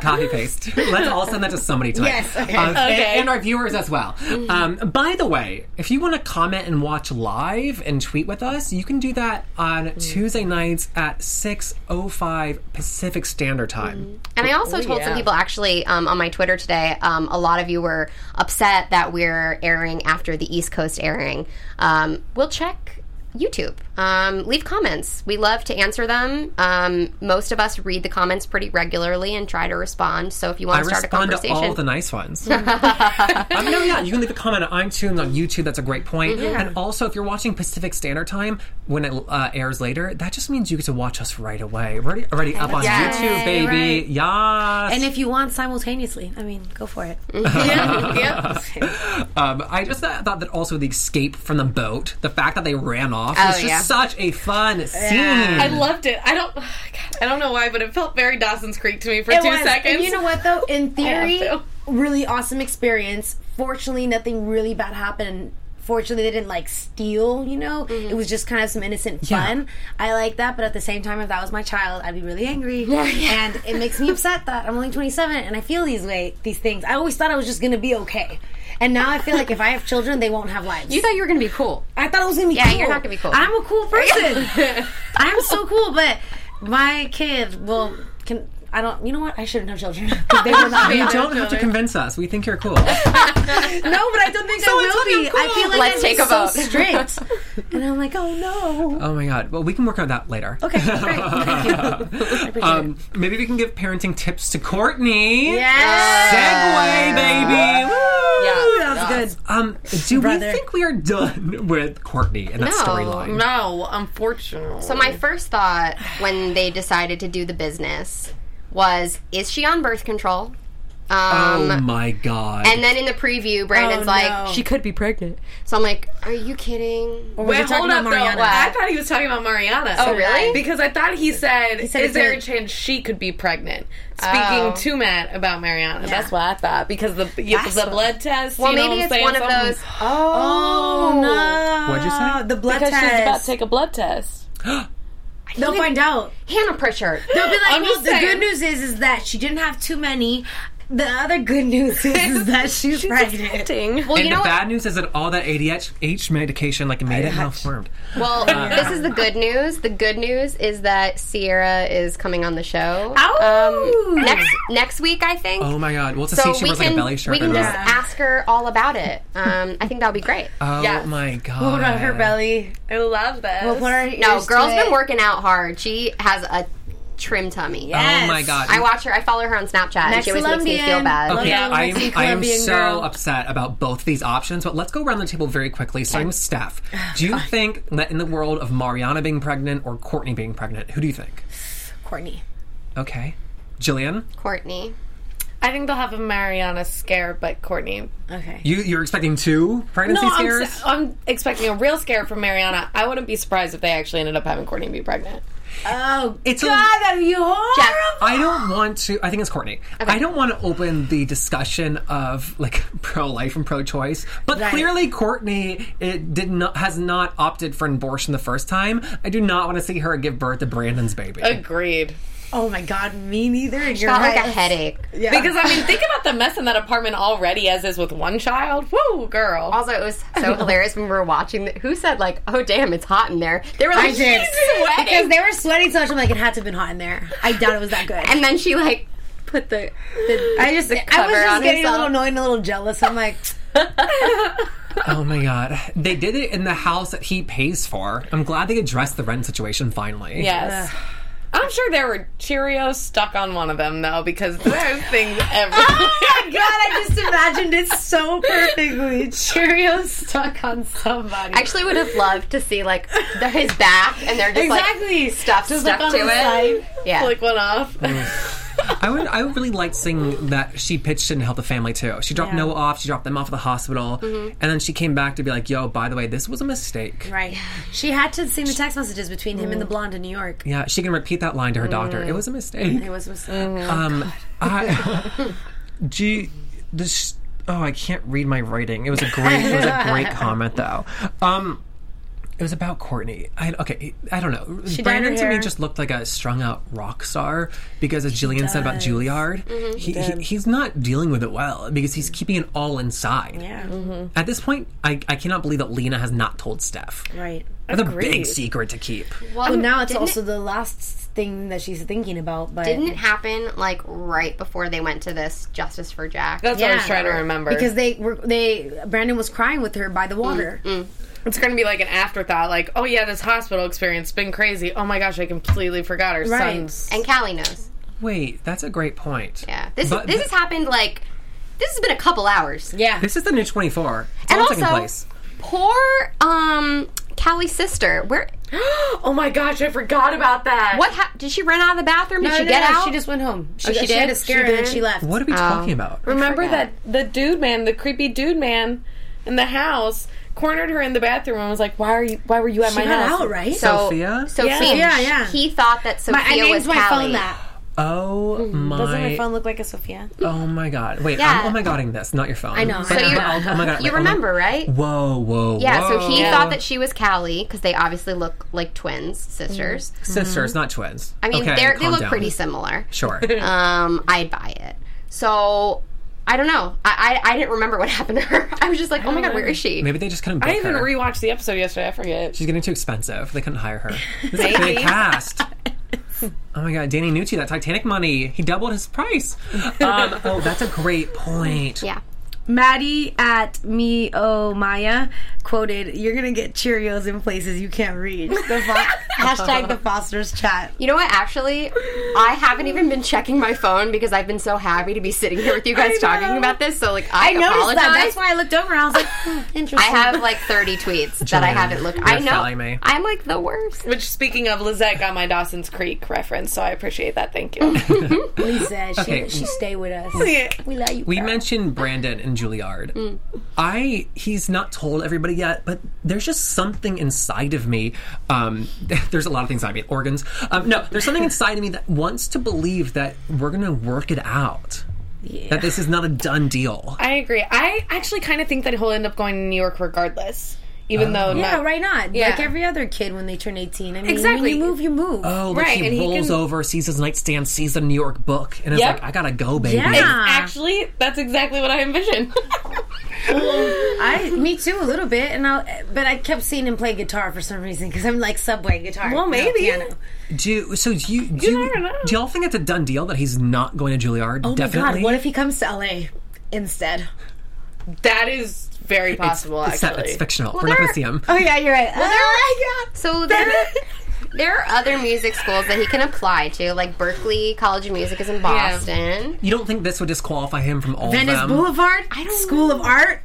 Copy paste. Let's all send that to somebody tonight.
Yes, okay. Mm-hmm.
Um, And, and our viewers as well. Um, by the way, if you want to comment and watch live and tweet with us, you can do that on
Mm-hmm.
Tuesday nights at 6.05 Pacific Standard Time.
Mm-hmm.
And I also told some people actually um, on my Twitter today. Um, a lot of you were upset that we're airing after the East Coast airing. Um, we'll check YouTube. Um, leave comments. We love to answer them. Um, most of us read the comments pretty regularly and try to respond. So if you
I
want to start a
respond to
conversation,
all the nice ones. um, no, yeah, you can leave a comment on iTunes, on YouTube. That's a great point. And also, if you're watching Pacific Standard Time when it uh, airs later, that just means you get to watch us right away. We're already, already up on
Yes.
YouTube, baby. Yas.
And if you want simultaneously, I mean, go for it.
yeah. Yep.
Um, I just uh, thought that also the escape from the boat, the fact that they ran off, was just
yeah.
such a fun scene.
I loved it. I don't. God, I don't know why, but it felt very Dawson's Creek to me for
It
two
was.
seconds.
And you know what though? In
have
theory,
to.
really awesome experience. Fortunately, nothing really bad happened. fortunately they didn't like steal, you know?
Mm-hmm.
It was just kind of some innocent
Yeah.
fun. I like that, but at the same time, if that was my child, I'd be really angry. And it makes me upset that I'm only 27 and I feel these way, these things. I always thought I was just gonna be okay. And now I feel like if I have children, they won't have lives.
You thought you were going to be cool.
I thought it was gonna be
Yeah,
cool.
you're not gonna be cool.
I'm a cool person. I'm so cool, but my kid will can I don't you know what? I shouldn't have children. 'Cause they will not be.
You
no,
don't have to convince us. We think you're cool.
but I don't think I will be. I feel like
Let's
I'm
take a
so
vote.
strict. And I'm like, oh no.
Oh my god. Well, we can work on that later.
Okay, great. Thank you. I appreciate it.
Um, maybe we can give parenting tips to Courtney.
Yes.
Segway, baby. Woo!
Ooh, that was good.
Um, do
Brother.
we think we are done with Courtney and that
No.
storyline?
No, unfortunately.
So my first thought when they decided to do the business was, is she on birth control? Um,
Oh my god.
and uh, then in the preview, Brandon's like,
Oh, no.
she could be pregnant. So I'm like, are you kidding?
Or was it talking about Mariana?
though. I thought he was talking about Mariana.
Oh, really?
Because I thought he said,
said
"Is
it's
there
a-
a chance she could be pregnant?" Speaking
Oh.
to Matt about Mariana. That's what I thought because the the
what-
blood test.
Well,
you know
maybe
what I'm
it's
saying?
one of
Something-
those.
Oh, no.
What'd you say?
The blood
Because she's about to
test.
take a blood test.
They'll find out.
Hannah Pritchard.
They'll be like,
I'm
well,
just
the
saying.
good news is is that she didn't have too many. The other good news is, is that she's, pregnant.
Well, you
and
know
the
what?
bad news is that all that ADHD medication like made it malformed.
Well,
uh,
this is the good news. The good news is that Sierra is coming on the show.
Ow!
Um, next next week, I think.
Oh my god. Well, to see
so
if she
we
wears like
can
a belly shirt
we can
or
just
not.
ask her all about it. Um, I think that'll be great.
Oh
Yes.
my god.
Hold on, her belly.
I love this.
We'll put our
no,
ears to
girl's
it.
been working out hard. She has a trim tummy.
Oh my
Yes.
god.
I watch her. I follow her on Snapchat. and she always makes me feel
Colombian.
bad.
Okay.
Okay,
Yeah,
I am,
Mexican
I am
Colombian
so
girl.
upset about both these options, but let's go around the table very quickly, starting with Steph. Do you think that in the world of Mariana being pregnant or Courtney being pregnant, who do you think?
Courtney.
Okay. Jillian,
Courtney.
I think they'll have a Mariana scare, but Courtney.
Okay.
you, you're expecting two pregnancy
No, I'm,
scares?
s- I'm expecting a real scare from Mariana. I wouldn't be surprised if they actually ended up having Courtney be pregnant.
Oh,
It's a-
God, that'd be horrible.
Jeff.
I don't want to. I think it's Courtney. I don't want to open the discussion of like pro life and pro choice, but
Right.
clearly Courtney it did not has not opted for an abortion the first time. I do not want to see her give birth to Brandon's baby.
Agreed.
Oh my God, me neither. And you're
Got like
right.
a headache.
Because I mean, think about the mess in that apartment already, as is with one child. Whoa, girl.
Also, it was so hilarious when we were watching. The, who said like, "Oh damn, it's hot in there"? They were like,
I did.
"She's sweating."
Because they were sweating so much, I'm like, it had to have been hot in there. I doubt it was that good.
and then she like put the, the
I just, I
cover
was
on
just getting
herself.
a little annoyed and a little jealous. I'm like,
Oh my god. They did it in the house that he pays for. I'm glad they addressed the rent situation finally.
Yes. I'm sure there were Cheerios stuck on one of them though, because there's things everywhere.
God, I just imagined it so perfectly. Cheerios stuck on somebody.
I actually would have loved to see like the, his back, and they're just
Exactly.
like stuff
Just,
stuck
like, on
to
the
it.
side.
Yeah,
Like one off.
I would I would really like seeing that she pitched in to help the family too. She dropped
Yeah. Mm-hmm.
Noah off, she dropped them off at the hospital, and then she came back to be like, yo, by the way, this was a mistake.
Right. She had to send the text messages between him
Mm.
and the blonde in New York.
Yeah, she can repeat that line to her doctor. It was a mistake.
Mm. It was, was
Mm-hmm.
Oh,
Um I gee this oh I can't read my writing. It was a great it was a great comment though. Um it was about Courtney. I, okay, I don't know.
dyed her
Brandon to me
hair.
just looked like a strung out rock star because, as Jillian said about Juilliard,
Mm-hmm.
he, he, he's not dealing with it well because he's keeping it all inside. Mm-hmm.
yeah,
Mm-hmm.
At this point, I, I cannot believe that Lena has not told Steph.
right.
That's a big secret to keep.
well,
But now it's
didn't
also
It,
the last thing that she's thinking about. But
didn't it happen like right before they went to this Justice for Jack?
That's what I was trying to remember.
because they were they Brandon was crying with her by the water.
Mm-hmm.
it's going to be like an afterthought. Like, oh yeah, this hospital experience has been crazy. Oh my gosh, I completely forgot her
Right.
son's.
and Callie knows.
Wait, that's a great point.
Yeah, this
But-
this has happened like this has been a couple hours.
Yeah,
This is the new 24. It's
and
all
also
taking place.
poor um Callie's sister. Where
oh my gosh, I forgot about that.
what hap did she run out of the bathroom? Did
No,
she
no,
get
no,
out? Oh,
She just went home. She,
she
she, had
did?
a scare and then
did?
she left.
What are we talking
Um,
about?
Remember
forgot.
that the dude man, the creepy dude man in the house, cornered her in the bathroom and was like, "Why are you? Why were you at
She
my
got
house?"
out right.
So,
Sophia?
Sophia.
Yeah, yeah.
He thought that Sophia
I named
was
my
Callie.
phone that.
Oh
Doesn't my
my!
phone look like a Sophia?
Oh my god! Wait,
Yeah.
I'm oh my godding this, not your phone. I
know, I know.
oh my god!
You
wait, oh my-
remember, right?
Whoa, whoa,
Yeah, so he
whoa.
thought that she was Callie because they obviously look like twins, sisters.
Mm-hmm.
sisters, not twins.
I mean,
okay,
they're, they
calm
look
down.
pretty similar.
Sure.
Um, I'd buy it. So I don't know. I, I I didn't remember what happened to her. I was just like, oh my god, where is she?
Maybe they just couldn't. Book
I even
her.
rewatched the episode yesterday. I forget.
She's getting too expensive. They couldn't hire her. This is a big cast. Oh my god, Danny Nucci, that Titanic money. He doubled his price. Um, oh, that's a great point.
Yeah.
Maddie at me oh Maya quoted, "You're gonna get Cheerios in places you can't reach." The fo- hashtag the Foster's chat.
You know what? Actually, I haven't even been checking my phone because I've been so happy to be sitting here with you guys talking about this. So like, I,
I noticed
apologize.
that. That's why I looked over. and I was like, hmm,
I
"Interesting."
have like 30 tweets that I
Jillian,
haven't looked.
you're
I know.
failing me.
I'm like the worst.
Which, speaking of, Lizette got my Dawson's Creek reference, so I appreciate that. Thank you.
Lisa. uh, She,
Okay.
she stay with us. We love you.
We mentioned Brandon and Juilliard. I he's not told everybody yet, but there's just something inside of me. Um, there's a lot of things I mean organs. Um, no, there's something inside of me that wants to believe that we're gonna work it out. That this is not a done deal.
I agree. I actually kind of think that he'll end up going to New York regardless, even though
Yeah,
not-
right on.
Yeah.
Like every other kid when they turn 18. I mean,
Exactly.
when you move, you move.
Oh, like
Right,
he
and he
rolls
can-
over, sees his nightstand, sees a New York book, and is
Yep.
like, "I gotta go, baby."
Yeah.
Actually, that's exactly what I envisioned.
I, me too, a little bit. And I, but I kept seeing him play guitar for some reason because I'm like subway guitar.
Well,
No,
maybe.
piano.
Do you, so? Do you do, you,
never know.
do y'all think it's a done deal that he's not going to Juilliard?
Oh my
Definitely.
god! What if he comes to LA instead?
that is very possible,
it's, set,
actually.
it's fictional. We're not going to
there-
see him.
Oh yeah, you're right.
So there, there are other music schools that he can apply to, like Berkeley College of Music is in Boston.
You don't think this would disqualify him from all
Venice
of them?
Boulevard,
don't
School of Art.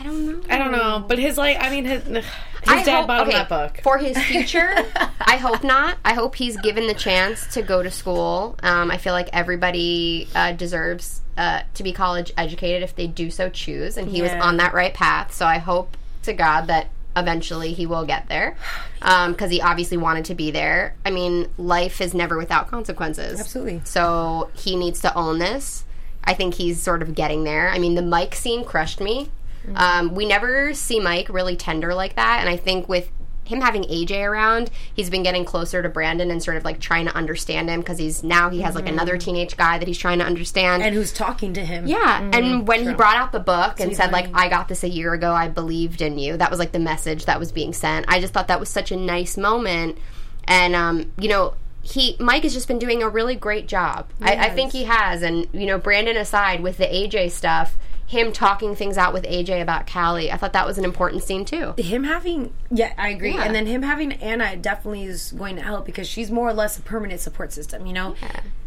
I don't know.
I don't know, but his like, I mean, his, his
I
dad
hope-
bought
okay,
him that book.
for his future. I hope not. I hope he's given the chance to go to school. Um, I feel like everybody uh, deserves uh, to be college educated if they do so choose, and he was on that right path. So I hope to God that eventually he will get there because he obviously wanted to be there. I mean, life is never without consequences.
Absolutely.
So he needs to own this. I think he's sort of getting there. I mean, the Mike scene crushed me. Um, we never see Mike really tender like that, and I think with him having AJ around, he's been getting closer to Brandon and sort of like trying to understand him because he's now he has like another teenage guy that he's trying to understand.
And who's talking to him?
yeah, and when he brought out the book and said like I got this a year ago, I believed in you. That was like the message that was being sent. I just thought that was such a nice moment, and um, you know. He Mike has just been doing a really great job. I, I think he has, and you know, Brandon aside with the AJ stuff, him talking things out with AJ about Callie, I thought that was an important scene too.
him having yeah i agree
Yeah.
and then him having anna definitely is going to help because she's more or less a permanent support system you know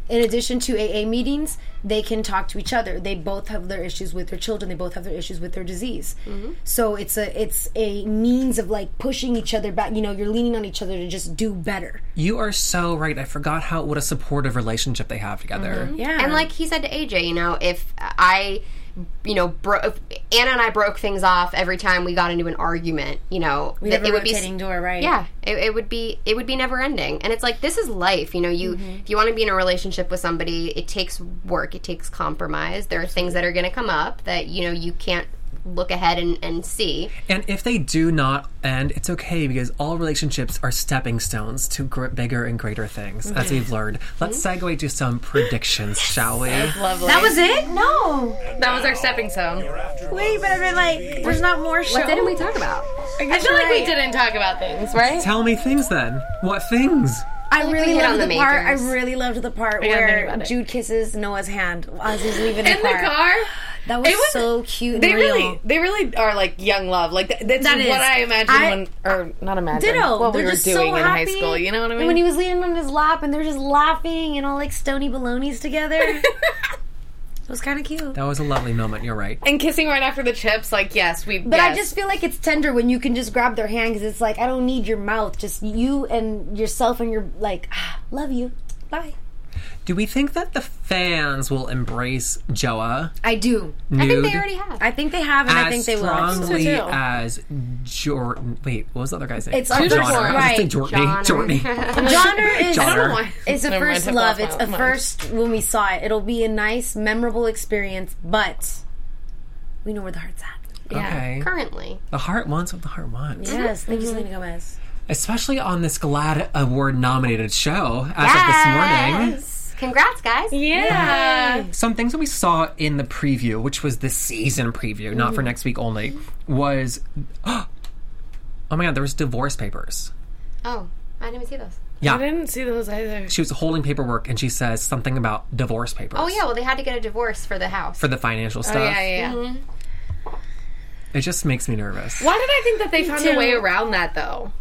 in addition to aa meetings they can talk to each other they both have their issues with their children they both have their issues with their disease
Mm-hmm.
so it's a it's a means of like pushing each other back you know you're leaning on each other to just do better
You are so right. I forgot how what a supportive relationship they have together.
yeah
And like he said to AJ, you know, if I, you know, bro- if Anna and I broke things off every time we got into an argument, you know,
we
that
have a
it would be
rotating door right
yeah, it, it would be it would be never ending, and it's like this is life. You know, you
Mm-hmm.
if you want to be in a relationship with somebody, it takes work, it takes compromise. There are things that are going to come up that you know you can't look ahead and, and see.
And if they do not end, it's okay because all relationships are stepping stones to gr- bigger and greater things, as
Mm-hmm.
we've learned. Let's segue to some predictions, shall we?
Lovely.
that was it no
that was our stepping stone.
wait but I mean, like there's not more show
What didn't we talk about?
I feel like we didn't talk about things, right?
Tell me things then. What things?
I really
hit
loved
on
the,
the
part. I
majors.
really loved the part
gotta think
where
about it.
Jude kisses Noah's hand as he's leaving
In the car.
That was,
It was-
so cute. And
They
real.
really, they really are like young love. Like th- that's
That is.
what I imagined
I-
when, or not imagine,
ditto.
what we
They're
were doing
just so
in high
happy.
school. You know what I mean?
When he was leaning on his lap and they're just laughing and all like stony balonies together. it was kind of cute.
That was a lovely moment. You're right.
and kissing right after the chips, like yes, we.
But I just feel like it's tender when you can just grab their hand because it's like I don't need your mouth, just you and yourself and your like, ah, love you, bye.
Do we think that the fans will embrace Joa
I do. I think
Nude.
they already have.
I think they have, and I
Mm. as
think they will.
strongly
too.
as Jordan? Wait, what was the other guy's name?
It's Jordan.
Jonner. I was
Right.
thinking Jordan.
Jonner.
Jordan.
Genre is
Genre.
don't know why.
It's a
Never mind,
first
hip-hop,
love.
I
It's a
don't mind.
first when we saw it. It'll be a nice, memorable experience, but we know where the heart's at.
okay.
Currently.
The heart wants what the heart wants.
Yes, thank you, Selena Gomez.
Especially on this GLAAD Award nominated show as of this morning.
Yes. Congrats, guys.
Yeah.
some things that we saw in the preview, which was the season preview, not for next week only, was oh my god, there was divorce papers.
Oh, I didn't even see those.
I didn't see those either.
She was holding paperwork and she says something about divorce papers.
Oh, yeah. Well, they had to get a divorce for the house.
For the financial stuff.
Yeah, yeah. yeah.
It just makes me nervous.
Why did I think that they found a way around that though?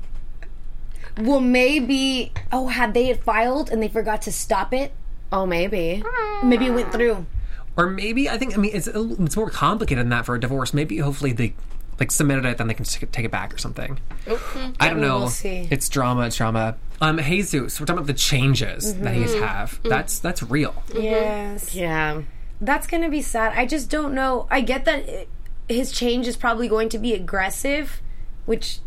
Well, maybe. Oh, had they had filed and they forgot to stop it?
Oh, maybe.
Maybe it went through.
Or maybe I think I mean it's a little- it's more complicated than that for a divorce. Maybe hopefully they like submitted it, then they can just take it back or something. I don't know.
we'll see.
It's drama. It's drama. Um, Jesus, we're talking about the changes that he's have. That's that's real.
Mm-hmm. Yes.
Yeah.
That's going to be sad. I just don't know. I get that it, his change is probably going to be aggressive, which.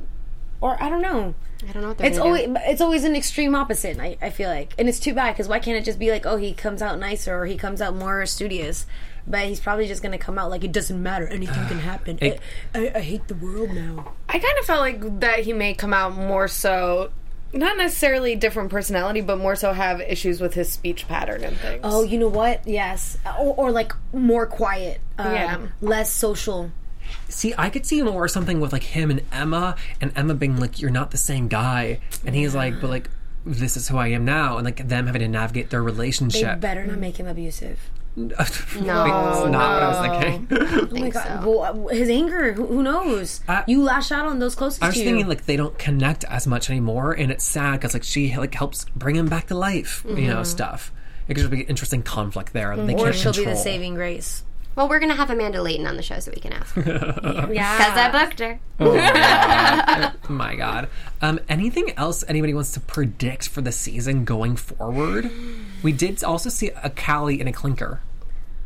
Or I don't know.
I don't know what they're
It's
gonna
always it's always an extreme opposite. I, I feel like, and it's too bad because why can't it just be like, oh, he comes out nicer or he comes out more studious, but he's probably just gonna come out like it doesn't matter, anything can happen. I, I, I hate the world now.
I kind of felt like that he may come out more so, not necessarily different personality, but more so have issues with his speech pattern and things.
Oh, you know what? Yes, or, or like more quiet, um,
Yeah.
less social.
See, I could see more something with like him and Emma, and Emma being like, "You're not the same guy," and he's like, "But like, this is who I am now," and like them having to navigate their
They
relationship.
better not make him abusive.
no, that's not what I was thinking.
Oh my god, well, uh, his anger. Who, who knows?
I-
you lash out on those closest
I was
to you.
thinking like they don't connect as much anymore, and it's sad because like she like helps bring him back to life, you know, stuff. It could just be an interesting conflict there. that They
Mm-hmm. or
can't
she'll
control.
be the saving grace.
Well, we're gonna have Amanda Layton on the show so we can ask. Because
Yeah,
I booked her.
My God. Um, anything else anybody wants to predict for the season going forward? We did also see a Callie and a Clinker.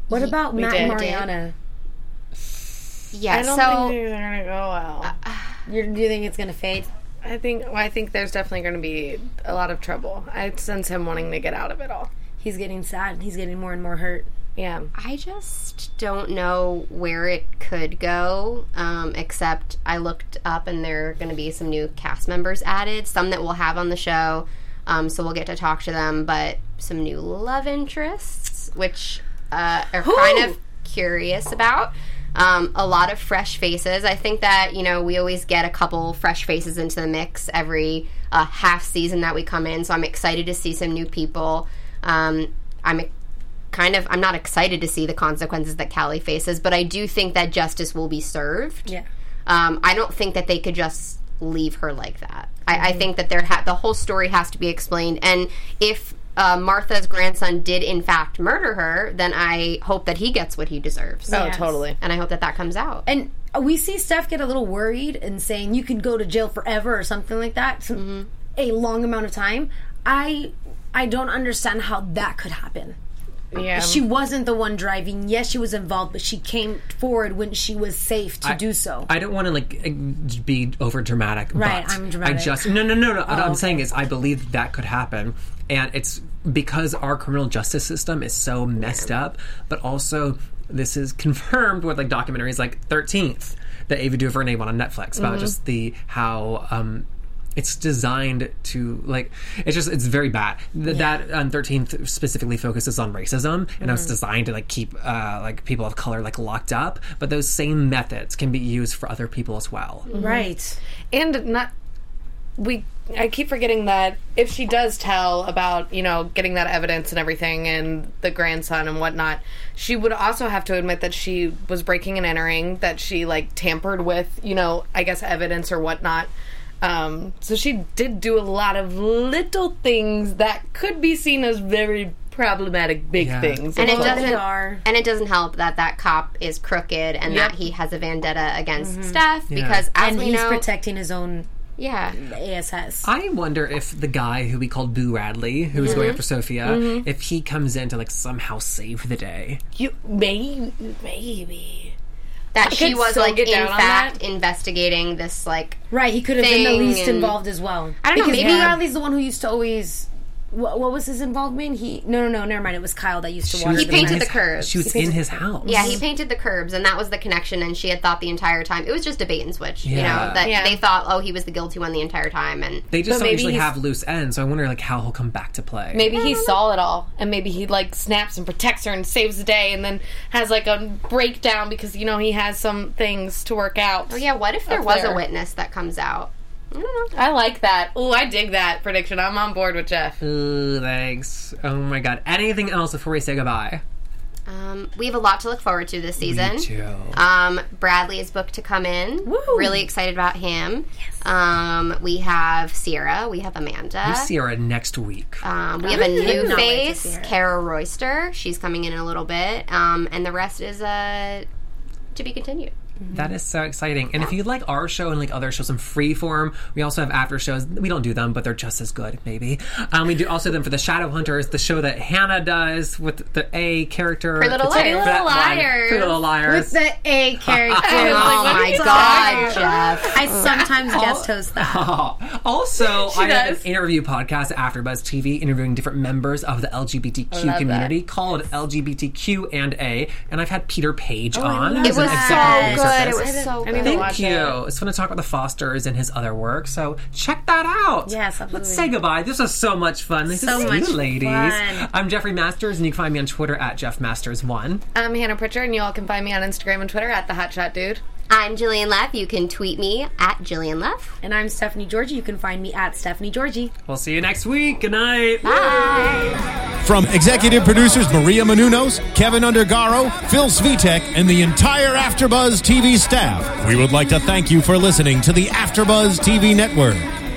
what about Matt and
did.
Mariana?
Yeah.
I don't
so
think they're gonna go well.
You're, do you think it's gonna fade?
I think well, I think there's definitely gonna be a lot of trouble. I sense him wanting to get out of it all.
He's getting sad. He's getting more and more hurt.
Yeah.
I just don't know where it could go, um, except I looked up and there are going to be some new cast members added, some that we'll have on the show, um, so we'll get to talk to them, but some new love interests, which uh, are kind of curious about. Um, a lot of fresh faces. I think that, you know, we always get a couple fresh faces into the mix every uh, half season that we come in, so I'm excited to see some new people. Um, I'm kind of I'm not excited to see the consequences that Callie faces, but I do think that justice will be served.
Yeah.
Um, I don't think that they could just leave her like that. I,
Mm-hmm.
I think that there ha- the whole story has to be explained, and if uh, Martha's grandson did in fact murder her, then I hope that he gets what he deserves,
Oh, totally.
and I hope that that comes out.
And we see Steph get a little worried and saying you could go to jail forever or something like that, so-
Mm-hmm.
a long amount of time. I I don't understand how that could happen.
Yeah.
She wasn't the one driving. Yes, she was involved, but she came forward when she was safe to do so.
I don't want to like eh, be over dramatic.
Right,
but
I'm dramatic. Oh.
I just no, no, no, no. what I'm saying is, I believe that could happen, and it's because our criminal justice system is so messed up. But also, this is confirmed with like documentaries like Thirteenth, the Ava DuVernay one on Netflix
Mm-hmm.
about just the how. um it's designed to like it's just it's very bad Th- that on 13th specifically focuses on racism and it was
Mm-hmm.
designed to like keep uh like people of color like locked up but those same methods can be used for other people as well
right.
and not we i keep forgetting that if she does tell about you know getting that evidence and everything and the grandson and whatnot she would also have to admit that she was breaking and entering that she like tampered with you know i guess evidence or whatnot um, so she did do a lot of little things that could be seen as very problematic big
Yeah.
things
and it
Well,
doesn't and it doesn't help that that cop is crooked and
Yep.
that he has a vendetta against Steph because as
Mm-hmm. And
we
he's
know
protecting his own
Yeah.
the ASS.
I wonder if the guy who we called Boo Radley, who was going after Sophia, if he comes in to like somehow save the day.
You maybe maybe
That she
could
was
so
like
get
in
down on
fact investigating this like
right. He could have been the
Thing
least
and-
involved as well.
I don't know,
because
maybe-
Boo Radley's the one who used to always. What, what was his involvement? He no no no never mind. It was Kyle that used to water.
was
He
in
the
painted
his-
the curves.
She was in his house.
Yeah,
Mm-hmm.
he painted the curbs, and that was the connection. And she had thought the entire time it was just a bait and switch. You
Yeah.
know that
Yeah.
they thought, oh, he was the guilty one the entire time, and
They just
But
don't
maybe
usually
he's-
have loose ends, so I wonder like how he'll come back to play.
Maybe he saw it all, and maybe he like snaps and protects her and saves the day, and then has like a breakdown because you know he has some things to work out.
oh yeah, what if there
Up
was
there.
a witness that comes out? I don't know.
Mm-hmm. I like that. Ooh, I dig that prediction. I'm on board with
Mm.
Jeff.
Ooh, thanks. Oh my god. Anything else before we say goodbye?
Um, we have a lot to look forward to this season.
Too.
Um, Bradley is booked to come in. Really excited about him. Yes. Um, we have Sierra. We have Amanda.
We see her next week.
Um, we have a new
cannot wait to
face, Kara Royster. She's coming in in a little bit, um, and the rest is uh, to be continued.
That is so exciting. And if you like our show and like other shows in freeform, we also have after shows. We don't do them, but they're just as good, maybe. Um, we do also them for the Shadow Hunters, the show that Hannah does with the A character.
Pretty Little
It's-
Liars.
for that
Pretty Little
line,
Liars.
Pretty Little Liars.
With the A character.
Oh my God, Jeff.
I sometimes guest host that.
Oh. Also, I have
does.
an interview podcast at AfterBuzz TV interviewing different members of the LGBTQ community called LGBTQ and A, and I've had Peter Page on.
It
who's an
was so
executive
good.
producer.
It was so
I need
good.
to
Thank
watch
you.
it.
It's fun to talk about the Fosters and his other work. So check that out.
Yes, absolutely.
Let's say goodbye. This was so much fun. This
So
is
much
you, ladies.
fun.
I'm Jeffrey Masters, and you can find me on Twitter at JeffMasters1.
Uh,
I'm Hannah Pritchard, and you all can find me on Instagram and Twitter at the Hotshot Dude.
I'm Jillian Leff. You can tweet me at Jillian Leff.
And I'm Stephanie Georgie. You can find me at Stephanie Georgie.
We'll see you next week. Good night.
From executive producers Maria Manunos, Kevin Undergaro, Phil Svitek, and the entire Afterbuzz TV staff, we would like to thank you for listening to the Afterbuzz TV network.